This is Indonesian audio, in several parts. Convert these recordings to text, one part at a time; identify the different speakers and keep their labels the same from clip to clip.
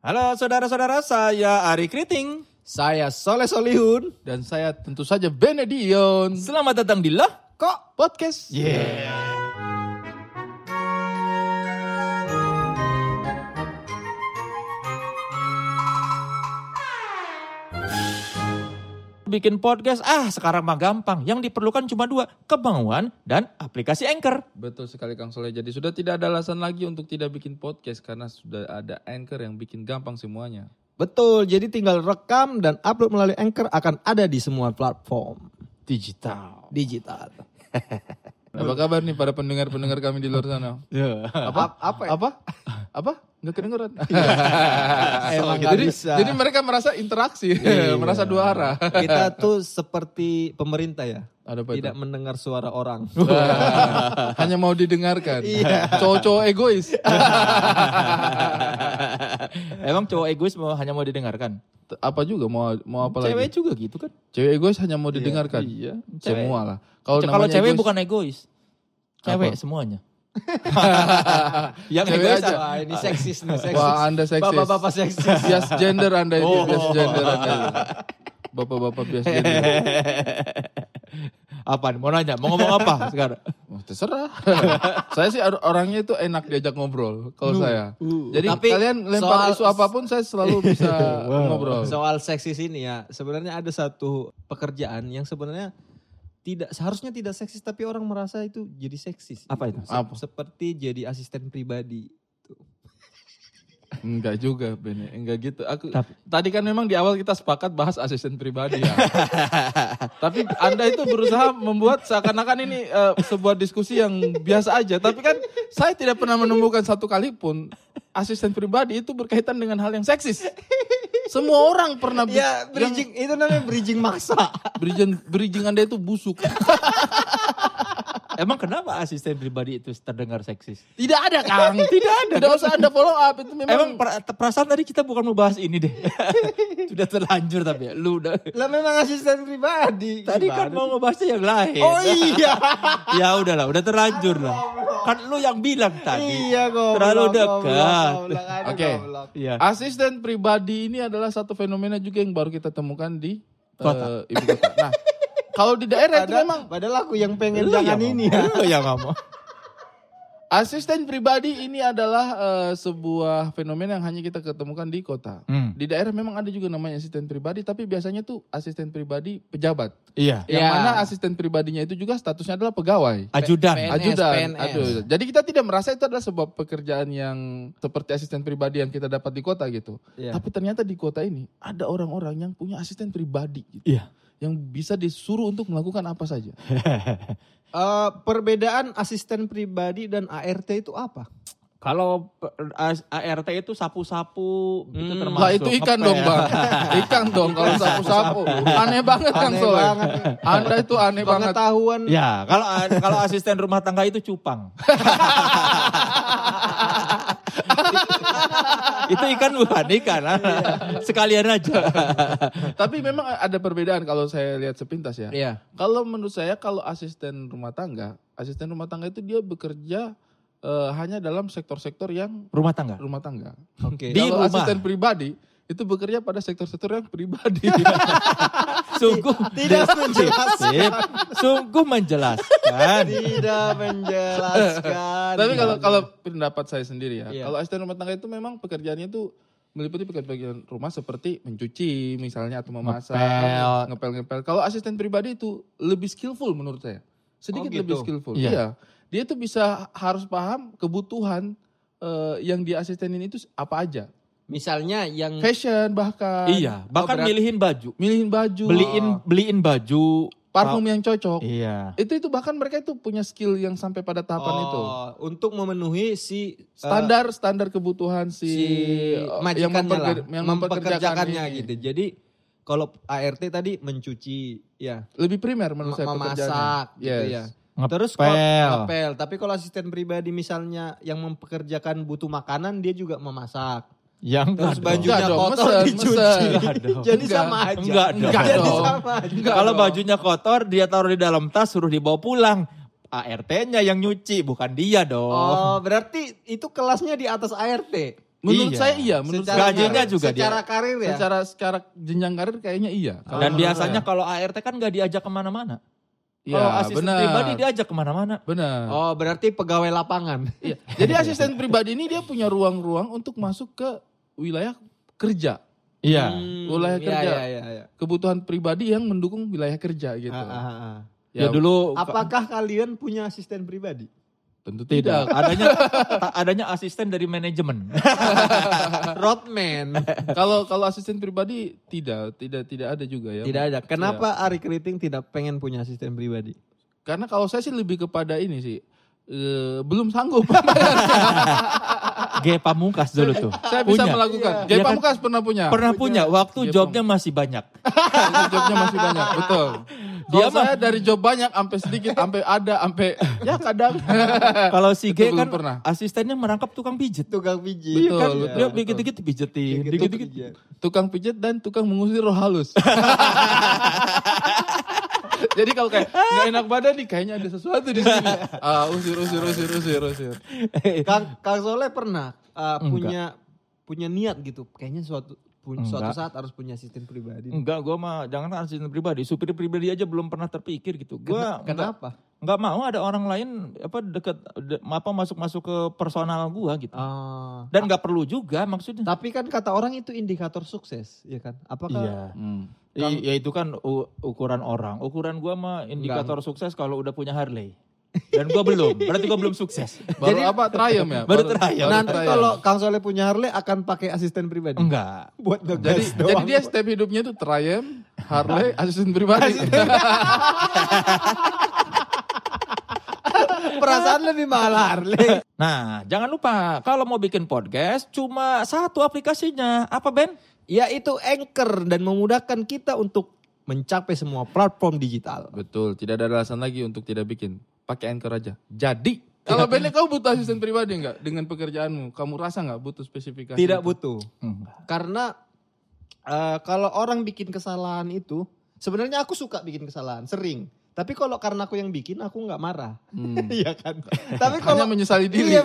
Speaker 1: Halo saudara-saudara, saya Ari Kriting.
Speaker 2: Saya Soleh Solihun dan saya tentu saja Benedion.
Speaker 1: Selamat datang di Lah.
Speaker 2: Kok podcast?
Speaker 1: Bikin podcast, ah sekarang mah gampang. Yang diperlukan cuma dua, kemauan dan aplikasi Anchor.
Speaker 2: Betul sekali Kang Soleh. Jadi sudah tidak ada alasan lagi untuk tidak bikin podcast karena sudah ada anchor yang bikin gampang semuanya.
Speaker 3: Betul, jadi tinggal rekam dan upload melalui Anchor akan ada di semua platform
Speaker 1: Digital.
Speaker 3: digital.
Speaker 2: Nah, apa kabar nih para pendengar-pendengar kami di luar sana?
Speaker 3: Apa?
Speaker 1: Eh.
Speaker 3: Apa? ya?
Speaker 2: Apa? Apa? Nggak kedengeran.
Speaker 1: Iya.
Speaker 3: Emang nggak
Speaker 2: jadi,
Speaker 3: bisa.
Speaker 2: jadi mereka merasa interaksi,
Speaker 1: Iya.
Speaker 2: merasa dua arah.
Speaker 3: Kita tuh seperti pemerintah ya,
Speaker 2: Ada apa
Speaker 3: tidak
Speaker 2: itu?
Speaker 3: mendengar suara orang.
Speaker 2: Hanya mau didengarkan.
Speaker 1: Iya.
Speaker 2: Cowok-cowok egois.
Speaker 1: Emang cowok egois mau, hanya mau didengarkan?
Speaker 2: apa juga mau mau apa lagi?
Speaker 1: Cewek juga gitu kan?
Speaker 2: Cewek egois hanya mau didengarkan.
Speaker 1: Iya, cewek.
Speaker 2: Semua lah.
Speaker 1: Ce- Kalau
Speaker 2: namanya
Speaker 1: cewek
Speaker 2: egois-
Speaker 1: bukan egois. Cewek
Speaker 2: Apa?
Speaker 1: semuanya.
Speaker 2: Yang Cewek egois aja.
Speaker 3: Wah, Nah, ini seksis nih, seksis.
Speaker 2: Wah, Anda seksis.
Speaker 3: Bapak-bapak seksis.
Speaker 2: bias gender Anda ini,
Speaker 1: Oh.
Speaker 2: bias gender Anda. ini. Bapak-bapak bias gender.
Speaker 1: apa nih? Mau nanya, mau ngomong apa sekarang?
Speaker 2: Oh, terserah. saya sih or- orangnya itu enak diajak ngobrol kalau saya. Jadi
Speaker 3: Uh. Tapi
Speaker 2: kalian lempar
Speaker 3: soal-
Speaker 2: isu apapun saya selalu bisa ngobrol.
Speaker 3: Soal seksis ini ya, sebenarnya ada satu pekerjaan yang sebenarnya tidak seharusnya tidak seksis tapi orang merasa itu jadi seksis. Gitu.
Speaker 1: Apa itu?
Speaker 3: Se-
Speaker 2: Apa?
Speaker 3: Seperti jadi asisten pribadi.
Speaker 2: Enggak juga, Bene. Enggak gitu. Aku
Speaker 1: Tapi-
Speaker 2: tadi kan memang di awal kita sepakat bahas asisten pribadi ya. tapi Anda itu berusaha membuat seakan-akan ini eh, sebuah diskusi yang biasa aja, tapi kan saya tidak pernah menemukan satu kali pun asisten pribadi itu berkaitan dengan hal yang seksis. Semua orang pernah bi- yang-
Speaker 3: Ya, bridging itu namanya bridging maksa.
Speaker 2: bridging bridging Anda itu busuk.
Speaker 1: Emang kenapa asisten pribadi itu terdengar seksis?
Speaker 2: Tidak ada, Kang. Tidak ada. Tidak usah Anda follow up itu
Speaker 1: Emang
Speaker 2: memang
Speaker 1: per- perasaan tadi kita bukan mau bahas ini deh. Sudah terlanjur tapi ya. Lu udah.
Speaker 3: Lah memang asisten pribadi.
Speaker 1: Tadi kan
Speaker 3: Gimana?
Speaker 1: mau ngebahasnya yang lain.
Speaker 3: Oh iya.
Speaker 1: ya udahlah, udah terlanjur lah. Kan lu yang bilang tadi.
Speaker 3: iya goblok.
Speaker 1: Terlalu
Speaker 3: goblok,
Speaker 1: dekat.
Speaker 3: goblok, aduh,
Speaker 2: Oke.
Speaker 3: goblok.
Speaker 1: Iya.
Speaker 2: Asisten pribadi ini adalah satu fenomena juga yang baru kita temukan di
Speaker 1: Kota.
Speaker 2: eh, ibu kota. Nah, kalau di daerah itu
Speaker 3: Padahal,
Speaker 2: memang
Speaker 3: padahal aku yang pengen
Speaker 1: Lu
Speaker 3: jangan
Speaker 1: yang
Speaker 3: ini
Speaker 1: ngomong.
Speaker 3: ya.
Speaker 1: Lu yang ngomong.
Speaker 2: asisten pribadi ini adalah eh, sebuah fenomena yang hanya kita ketemukan di kota.
Speaker 1: Hmm.
Speaker 2: Di daerah memang ada juga namanya asisten pribadi, tapi biasanya tuh asisten pribadi pejabat.
Speaker 1: Iya.
Speaker 2: Yang
Speaker 4: Ya.
Speaker 2: mana asisten pribadinya itu juga statusnya adalah pegawai.
Speaker 1: Ajudan.
Speaker 4: PNS,
Speaker 2: Ajudan,
Speaker 4: PNS.
Speaker 2: aduh. Jadi kita tidak merasa itu adalah sebuah pekerjaan yang seperti asisten pribadi yang kita dapat di kota gitu.
Speaker 3: Iya.
Speaker 2: Tapi ternyata di kota ini ada orang-orang yang punya asisten pribadi gitu.
Speaker 1: Iya.
Speaker 2: Yang bisa disuruh untuk melakukan apa saja.
Speaker 3: Eh, perbedaan asisten pribadi dan ART itu apa?
Speaker 1: Kalau eh, pe- as- ART itu sapu-sapu itu
Speaker 3: Hmm.
Speaker 1: termasuk.
Speaker 2: Lah itu ikan
Speaker 1: ngepel.
Speaker 2: dong bang. Ikan dong kalau sapu-sapu. Aneh banget Kang
Speaker 3: Aneh
Speaker 2: Soleh.
Speaker 3: banget.
Speaker 2: Anda itu aneh banget.
Speaker 3: Pengetahuan
Speaker 2: Iya.
Speaker 1: Ya, kalau kalau asisten rumah tangga itu cupang. itu ikan bukan ikan. ah. Sekalian aja.
Speaker 2: Tapi memang ada perbedaan kalau saya lihat sepintas ya.
Speaker 4: Iya.
Speaker 2: Kalau menurut saya kalau asisten rumah tangga, asisten rumah tangga itu dia bekerja eh, hanya dalam sektor-sektor yang
Speaker 1: Rumah tangga.
Speaker 2: rumah tangga.
Speaker 3: Oke.
Speaker 1: Di
Speaker 2: Kalau
Speaker 1: rumah.
Speaker 2: asisten pribadi itu bekerja pada sektor-sektor yang pribadi.
Speaker 1: Iya, Sungguh
Speaker 3: Tidak
Speaker 1: Sip.
Speaker 3: menjelaskan.
Speaker 1: Sungguh menjelaskan.
Speaker 3: Tidak menjelaskan.
Speaker 2: Tapi
Speaker 1: iya,
Speaker 2: kalau kalau pendapat saya sendiri ya,
Speaker 3: Iya.
Speaker 2: kalau asisten rumah tangga itu memang pekerjaannya itu meliputi pekerjaan rumah seperti mencuci misalnya atau memasak,
Speaker 1: Ngepel.
Speaker 2: ngepel-ngepel. Kalau asisten pribadi itu lebih skillful menurut saya. Sedikit
Speaker 3: Oh, gitu.
Speaker 2: lebih skillful.
Speaker 1: Iya.
Speaker 2: Iya. Dia itu bisa harus paham kebutuhan eh, yang dia asistenin itu apa aja.
Speaker 3: misalnya yang
Speaker 2: Fashion bahkan.
Speaker 1: Hmm. Iya, bahkan
Speaker 3: Oh, berat- Oh.
Speaker 1: milihin baju.
Speaker 2: Milihin baju,
Speaker 1: Beliin beliin baju.
Speaker 2: parfum yang cocok.
Speaker 1: Iya.
Speaker 2: Itu itu bahkan mereka itu punya skill yang sampai pada tahapan itu.
Speaker 3: Oh, untuk memenuhi si eh,
Speaker 2: Standar standar kebutuhan si,
Speaker 3: si
Speaker 2: eh, yang,
Speaker 3: majikannya lah,
Speaker 2: memperger- yang
Speaker 3: mempekerjakannya
Speaker 2: ini.
Speaker 3: gitu. Jadi kalau ART tadi mencuci, ya,
Speaker 2: Lebih primer menurut saya pekerjaannya.
Speaker 3: memasak gitu
Speaker 2: Yes.
Speaker 3: ya.
Speaker 1: Ngepel.
Speaker 3: Terus kalau ngepel, tapi kalau asisten pribadi misalnya yang mempekerjakan butuh makanan dia juga memasak.
Speaker 1: Yang
Speaker 3: Terus
Speaker 2: baju-
Speaker 3: bajunya
Speaker 2: dong,
Speaker 3: kotor
Speaker 2: mesen,
Speaker 3: dicuci.
Speaker 2: mesen.
Speaker 1: Enggak dong.
Speaker 3: Jadi
Speaker 2: Enggak.
Speaker 3: sama aja.
Speaker 1: Enggak dong.
Speaker 2: Enggak
Speaker 3: Jadi
Speaker 2: dong.
Speaker 3: sama aja.
Speaker 2: Enggak
Speaker 1: Kalau
Speaker 2: dong.
Speaker 1: bajunya kotor, dia taruh di dalam tas, suruh dibawa pulang. ART-nya yang nyuci, bukan dia dong.
Speaker 3: Oh, berarti itu kelasnya di atas ART.
Speaker 2: Menurut
Speaker 1: Iya.
Speaker 2: saya iya, menurut
Speaker 1: Secara
Speaker 2: saya
Speaker 1: gajinya
Speaker 2: iya.
Speaker 1: juga dia.
Speaker 3: secara karir ya.
Speaker 2: secara secara jenjang karir kayaknya iya. Kalau
Speaker 1: Dan
Speaker 2: menurut
Speaker 1: biasanya
Speaker 2: saya.
Speaker 1: kalau ART kan nggak diajak kemana-mana.
Speaker 2: Iya,
Speaker 1: kalau asisten
Speaker 2: benar.
Speaker 1: pribadi diajak kemana-mana.
Speaker 2: benar.
Speaker 3: Oh, berarti pegawai lapangan.
Speaker 2: Iya. Jadi asisten pribadi ini dia punya ruang-ruang untuk masuk ke wilayah kerja,
Speaker 1: Iya.
Speaker 3: Hmm,
Speaker 2: Wilayah
Speaker 3: iya,
Speaker 2: Ya, kerja.
Speaker 3: iya, iya, iya.
Speaker 2: kebutuhan pribadi yang mendukung wilayah kerja gitu.
Speaker 3: Ah, ah, ah, ah.
Speaker 1: Ya dulu
Speaker 3: Apakah kalian punya asisten pribadi?
Speaker 2: tentu tidak.
Speaker 1: adanya ta- adanya asisten dari manajemen.
Speaker 3: Rodman.
Speaker 2: Kalau kalau asisten pribadi tidak, tidak tidak ada juga ya.
Speaker 3: tidak ada. Kenapa Ari Keriting tidak pengen punya asisten pribadi?
Speaker 2: Karena kalau saya sih lebih kepada ini sih eh, belum sanggup.
Speaker 1: G Pamungkas dulu tuh.
Speaker 2: saya bisa
Speaker 1: Punya.
Speaker 2: melakukan.
Speaker 1: Iya
Speaker 2: Jay
Speaker 1: kan?
Speaker 2: Pamungkas pernah punya.
Speaker 1: Pernah punya waktu
Speaker 2: G
Speaker 1: jobnya masih banyak.
Speaker 2: Waktu jobnya masih banyak, betul.
Speaker 1: Dia
Speaker 2: Dia saya dari job banyak sampai sedikit, sampai ada, sampai ya kadang.
Speaker 1: Kalau si G
Speaker 2: Itu belum
Speaker 1: kan
Speaker 2: pernah.
Speaker 1: asistennya merangkap tukang pijet.
Speaker 3: Tukang
Speaker 1: Iya
Speaker 3: pijit.
Speaker 2: Betul,
Speaker 1: kan?
Speaker 2: betul,
Speaker 1: Dia
Speaker 2: betul.
Speaker 1: dikit-dikit pijetin, dikit-dikit.
Speaker 2: tukang pijat dan tukang mengusir roh halus. Jadi kalau kayak nggak enak badan nih, kayaknya ada sesuatu di sini. Ah, usir, usir, usir, usir, usir.
Speaker 3: Kang, Kang Soleh pernah uh,
Speaker 1: Enggak.
Speaker 3: punya punya niat gitu. Kayaknya suatu pu-
Speaker 1: Enggak.
Speaker 3: suatu saat harus punya asisten pribadi.
Speaker 1: Enggak, gue mah jangan asisten pribadi, supir pribadi aja belum pernah terpikir gitu. Gua enggak,
Speaker 3: Kenapa?
Speaker 1: enggak mau ada orang lain apa deket de- apa masuk-masuk ke personal gua gitu.
Speaker 3: Ah,
Speaker 1: Dan nggak perlu juga maksudnya.
Speaker 3: tapi kan kata orang itu indikator sukses, ya kan?
Speaker 1: Iya.
Speaker 3: Apakah
Speaker 2: Hmm.
Speaker 1: I- ya itu kan u- ukuran orang. Ukuran gua mah indikator sukses kalau udah punya Harley. Dan gua belum. Berarti gua belum sukses.
Speaker 2: Baru
Speaker 3: Jadi-
Speaker 2: apa? Triumph ya?
Speaker 1: Baru triumph.
Speaker 3: nanti
Speaker 2: triumph.
Speaker 3: kalau Kang Soleh punya Harley akan pakai asisten pribadi?
Speaker 1: Enggak.
Speaker 3: Buat ngegas
Speaker 2: jadi,
Speaker 3: doang.
Speaker 2: jadi dia step hidupnya itu Triumph, Harley, asisten pribadi.
Speaker 3: perasaan lebih mahal Harley.
Speaker 1: Nah, jangan lupa kalau mau bikin podcast cuma satu aplikasinya. Apa Ben?
Speaker 3: yaitu Ya, Anchor dan memudahkan kita untuk mencapai semua platform digital.
Speaker 2: Betul, tidak ada alasan lagi untuk tidak bikin. Pakai Anchor aja. Jadi, kalau Benny kau butuh asisten pribadi nggak dengan pekerjaanmu? Kamu rasa nggak butuh spesifikasi?
Speaker 3: Tidak butuh.
Speaker 1: Enggak.
Speaker 3: Karena eh, kalau orang bikin kesalahan itu, sebenarnya aku suka bikin kesalahan, sering. Tapi kalau karena aku yang bikin, aku nggak marah. Iya kan?
Speaker 2: Hmm.
Speaker 3: Tapi
Speaker 2: Hanya
Speaker 3: kalau
Speaker 2: menyesali diri.
Speaker 3: Iya,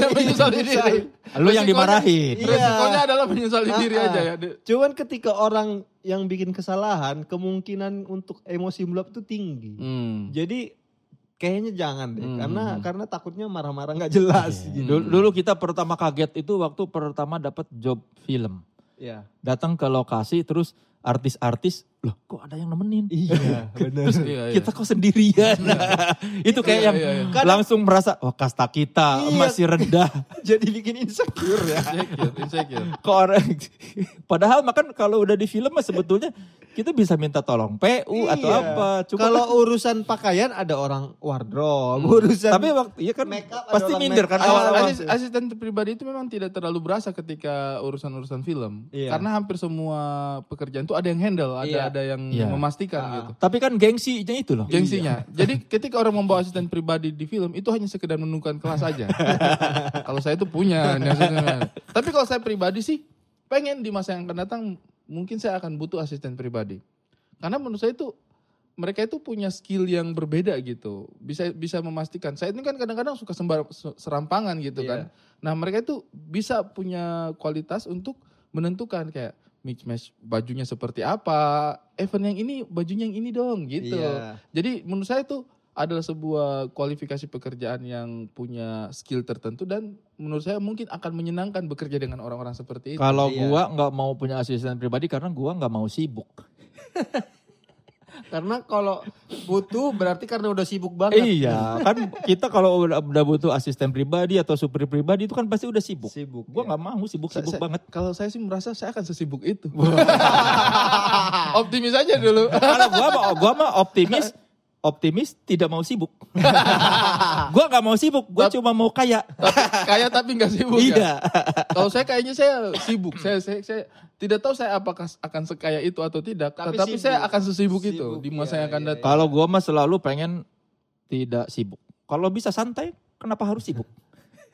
Speaker 2: Hanya
Speaker 3: diri.
Speaker 2: menyesali diri.
Speaker 1: Lu yang
Speaker 2: Resikonya-
Speaker 1: dimarahin.
Speaker 3: Iya.
Speaker 2: Resikonya adalah menyesali diri
Speaker 3: Ah,
Speaker 2: aja
Speaker 3: ah.
Speaker 2: ya. Di-
Speaker 3: Cuman ketika orang yang bikin kesalahan, kemungkinan untuk emosi meluap itu tinggi. Jadi kayaknya jangan deh,
Speaker 2: Hmm. Iya.
Speaker 3: karena karena takutnya marah-marah nggak jelas gitu.
Speaker 1: Dulu, dulu kita pertama kaget itu waktu pertama dapat job film.
Speaker 2: Hmm.
Speaker 3: Iya.
Speaker 1: Datang ke lokasi terus artis-artis, loh kok ada yang nemenin?
Speaker 3: Iya, benar.
Speaker 2: Iya, iya.
Speaker 1: Kita kok sendirian. itu kayak
Speaker 2: Iya,
Speaker 1: yang
Speaker 2: iya, iya.
Speaker 1: Kadang- langsung merasa wah kasta kita
Speaker 3: Iya.
Speaker 1: masih rendah
Speaker 3: Jadi bikin insecure ya.
Speaker 2: insecure, insecure.
Speaker 1: ke orang. Padahal makan kalau udah di film mah sebetulnya kita bisa minta tolong PU atau
Speaker 3: Iya.
Speaker 1: apa. Cuma
Speaker 3: Kalau
Speaker 1: kan-
Speaker 3: urusan pakaian ada orang wardrobe, urusan
Speaker 1: tapi waktu iya kan
Speaker 3: Make up ada
Speaker 1: pasti
Speaker 3: orang
Speaker 1: minder
Speaker 3: make
Speaker 1: kan
Speaker 3: up.
Speaker 1: awal-awal.
Speaker 2: Asis- asisten pribadi itu memang tidak terlalu berasa ketika urusan-urusan film.
Speaker 3: Iya.
Speaker 2: Karena hampir semua pekerjaan itu ada yang handle, ada
Speaker 3: Iya. Ah,
Speaker 2: ada yang
Speaker 1: Iya.
Speaker 2: memastikan gitu.
Speaker 1: Tapi kan gengsinya itu loh.
Speaker 2: Gengsinya. Jadi ketika orang membawa asisten pribadi di film itu hanya sekedar menunjukkan kelas aja. kalau saya itu punya. ini asisten. Tapi kalau saya pribadi sih pengen di masa yang akan datang mungkin saya akan butuh asisten pribadi. Karena menurut saya itu mereka itu punya skill yang berbeda gitu. Bisa bisa memastikan. Saya ini kan kadang-kadang suka sembar se- serampangan gitu kan. Nah, mereka itu bisa punya kualitas untuk menentukan kayak mix match bajunya seperti apa, event yang ini bajunya yang ini dong gitu.
Speaker 3: Iya.
Speaker 2: Jadi menurut saya itu adalah sebuah kualifikasi pekerjaan yang punya skill tertentu dan menurut saya mungkin akan menyenangkan bekerja dengan orang-orang seperti itu.
Speaker 1: Kalau
Speaker 3: Iya.
Speaker 1: gua nggak mau punya asisten pribadi karena gua nggak mau sibuk.
Speaker 3: Karena kalau butuh berarti karena udah sibuk banget.
Speaker 1: Iya, kan kita kalau udah, udah butuh asisten pribadi atau supir pribadi itu kan pasti udah sibuk.
Speaker 3: Sibuk. iya.
Speaker 1: Gua nggak mau sibuk-sibuk
Speaker 2: Saya-
Speaker 1: banget.
Speaker 2: Kalau saya sih merasa saya akan sesibuk itu. Optimis aja dulu.
Speaker 1: Kalau gua mah gua mah optimis, optimis tidak mau sibuk. gua nggak mau sibuk, gua cuma mau kaya.
Speaker 2: tapi, kaya tapi nggak sibuk ya.
Speaker 1: Iya.
Speaker 2: Kalau saya kayaknya saya sibuk. Saya, saya saya tidak tahu saya apakah akan sekaya itu atau tidak.
Speaker 3: Tapi
Speaker 2: tetapi
Speaker 3: sibuk.
Speaker 2: saya akan sesibuk itu
Speaker 3: Sibuk,
Speaker 2: di masa
Speaker 3: iya,
Speaker 2: yang akan
Speaker 3: iya,
Speaker 2: datang.
Speaker 1: Kalau gua mah selalu pengen tidak sibuk. Kalau bisa santai, kenapa harus sibuk?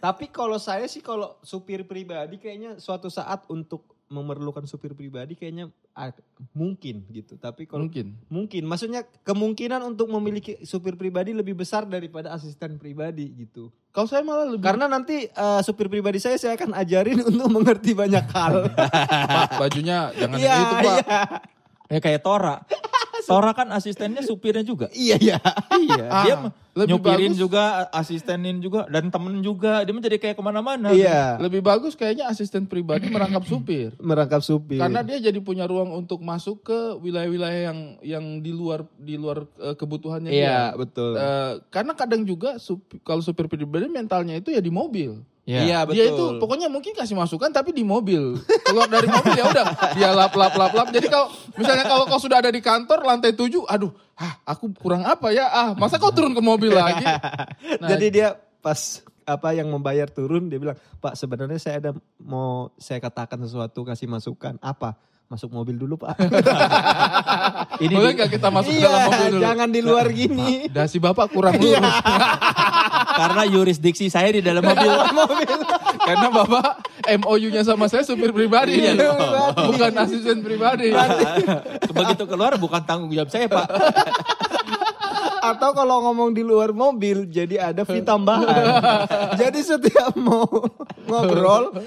Speaker 3: Tapi kalau saya sih kalau supir pribadi kayaknya suatu saat untuk memerlukan supir pribadi kayaknya ah, mungkin gitu. Tapi kalau
Speaker 2: Mungkin.
Speaker 3: mungkin maksudnya kemungkinan untuk memiliki supir pribadi lebih besar daripada asisten pribadi gitu.
Speaker 2: Kalau saya malah lebih
Speaker 3: Karena nanti eh, supir pribadi saya saya akan ajarin untuk mengerti banyak hal.
Speaker 2: Pak, bajunya jangan
Speaker 3: Iya,
Speaker 2: yang itu, Pak.
Speaker 3: iya.
Speaker 1: Ya kayak Tora. Tora kan asistennya supirnya juga.
Speaker 3: Iya, iya.
Speaker 1: Iya, dia
Speaker 2: Ah, lebih
Speaker 1: nyupirin
Speaker 2: bagus.
Speaker 1: juga, asistenin juga, dan temen juga. Dia menjadi kayak kemana-mana.
Speaker 3: Iya.
Speaker 2: Lebih bagus kayaknya asisten pribadi merangkap supir.
Speaker 3: Merangkap supir.
Speaker 2: Karena dia jadi punya ruang untuk masuk ke wilayah-wilayah yang yang di luar di luar eh, kebutuhannya dia.
Speaker 3: Iya, betul.
Speaker 2: Eh, karena kadang juga sup- kalau supir pribadi mentalnya itu ya di mobil.
Speaker 1: Iya.
Speaker 2: Dia itu pokoknya mungkin kasih masukan tapi di mobil. Keluar dari mobil ya udah dia lap lap lap lap. Jadi kalau misalnya kalau kau sudah ada di kantor lantai 7, aduh, ah aku kurang apa ya? Ah, masa kau turun ke mobil lagi? Nah,
Speaker 3: Jadi dia pas apa yang membayar turun dia bilang, "Pak, sebenarnya saya ada mau saya katakan sesuatu, kasih masukan. Apa? Masuk mobil dulu, Pak."
Speaker 1: Ini
Speaker 2: boleh
Speaker 1: di-
Speaker 2: nggak kita masuk
Speaker 3: iya,
Speaker 2: dalam mobil dulu? Nah,
Speaker 3: jangan di luar gini.
Speaker 2: Dah si bapak kurang lurus
Speaker 1: karena yurisdiksi saya di dalam mobil.
Speaker 2: karena bapak MOU-nya sama saya supir pribadi,
Speaker 3: Iya, loh.
Speaker 2: bukan asisten pribadi.
Speaker 1: Begitu keluar bukan tanggung jawab saya pak.
Speaker 3: Atau kalau ngomong di luar mobil jadi ada fee tambahan. jadi setiap mau ngobrol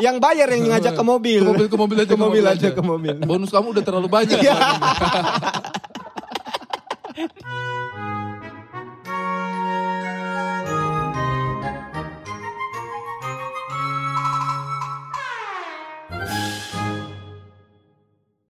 Speaker 3: yang bayar yang ngajak ke mobil.
Speaker 2: Ke mobil ke mobil aja
Speaker 3: Ke mobil Iya. aja, ke mobil.
Speaker 2: Bonus kamu udah terlalu banyak.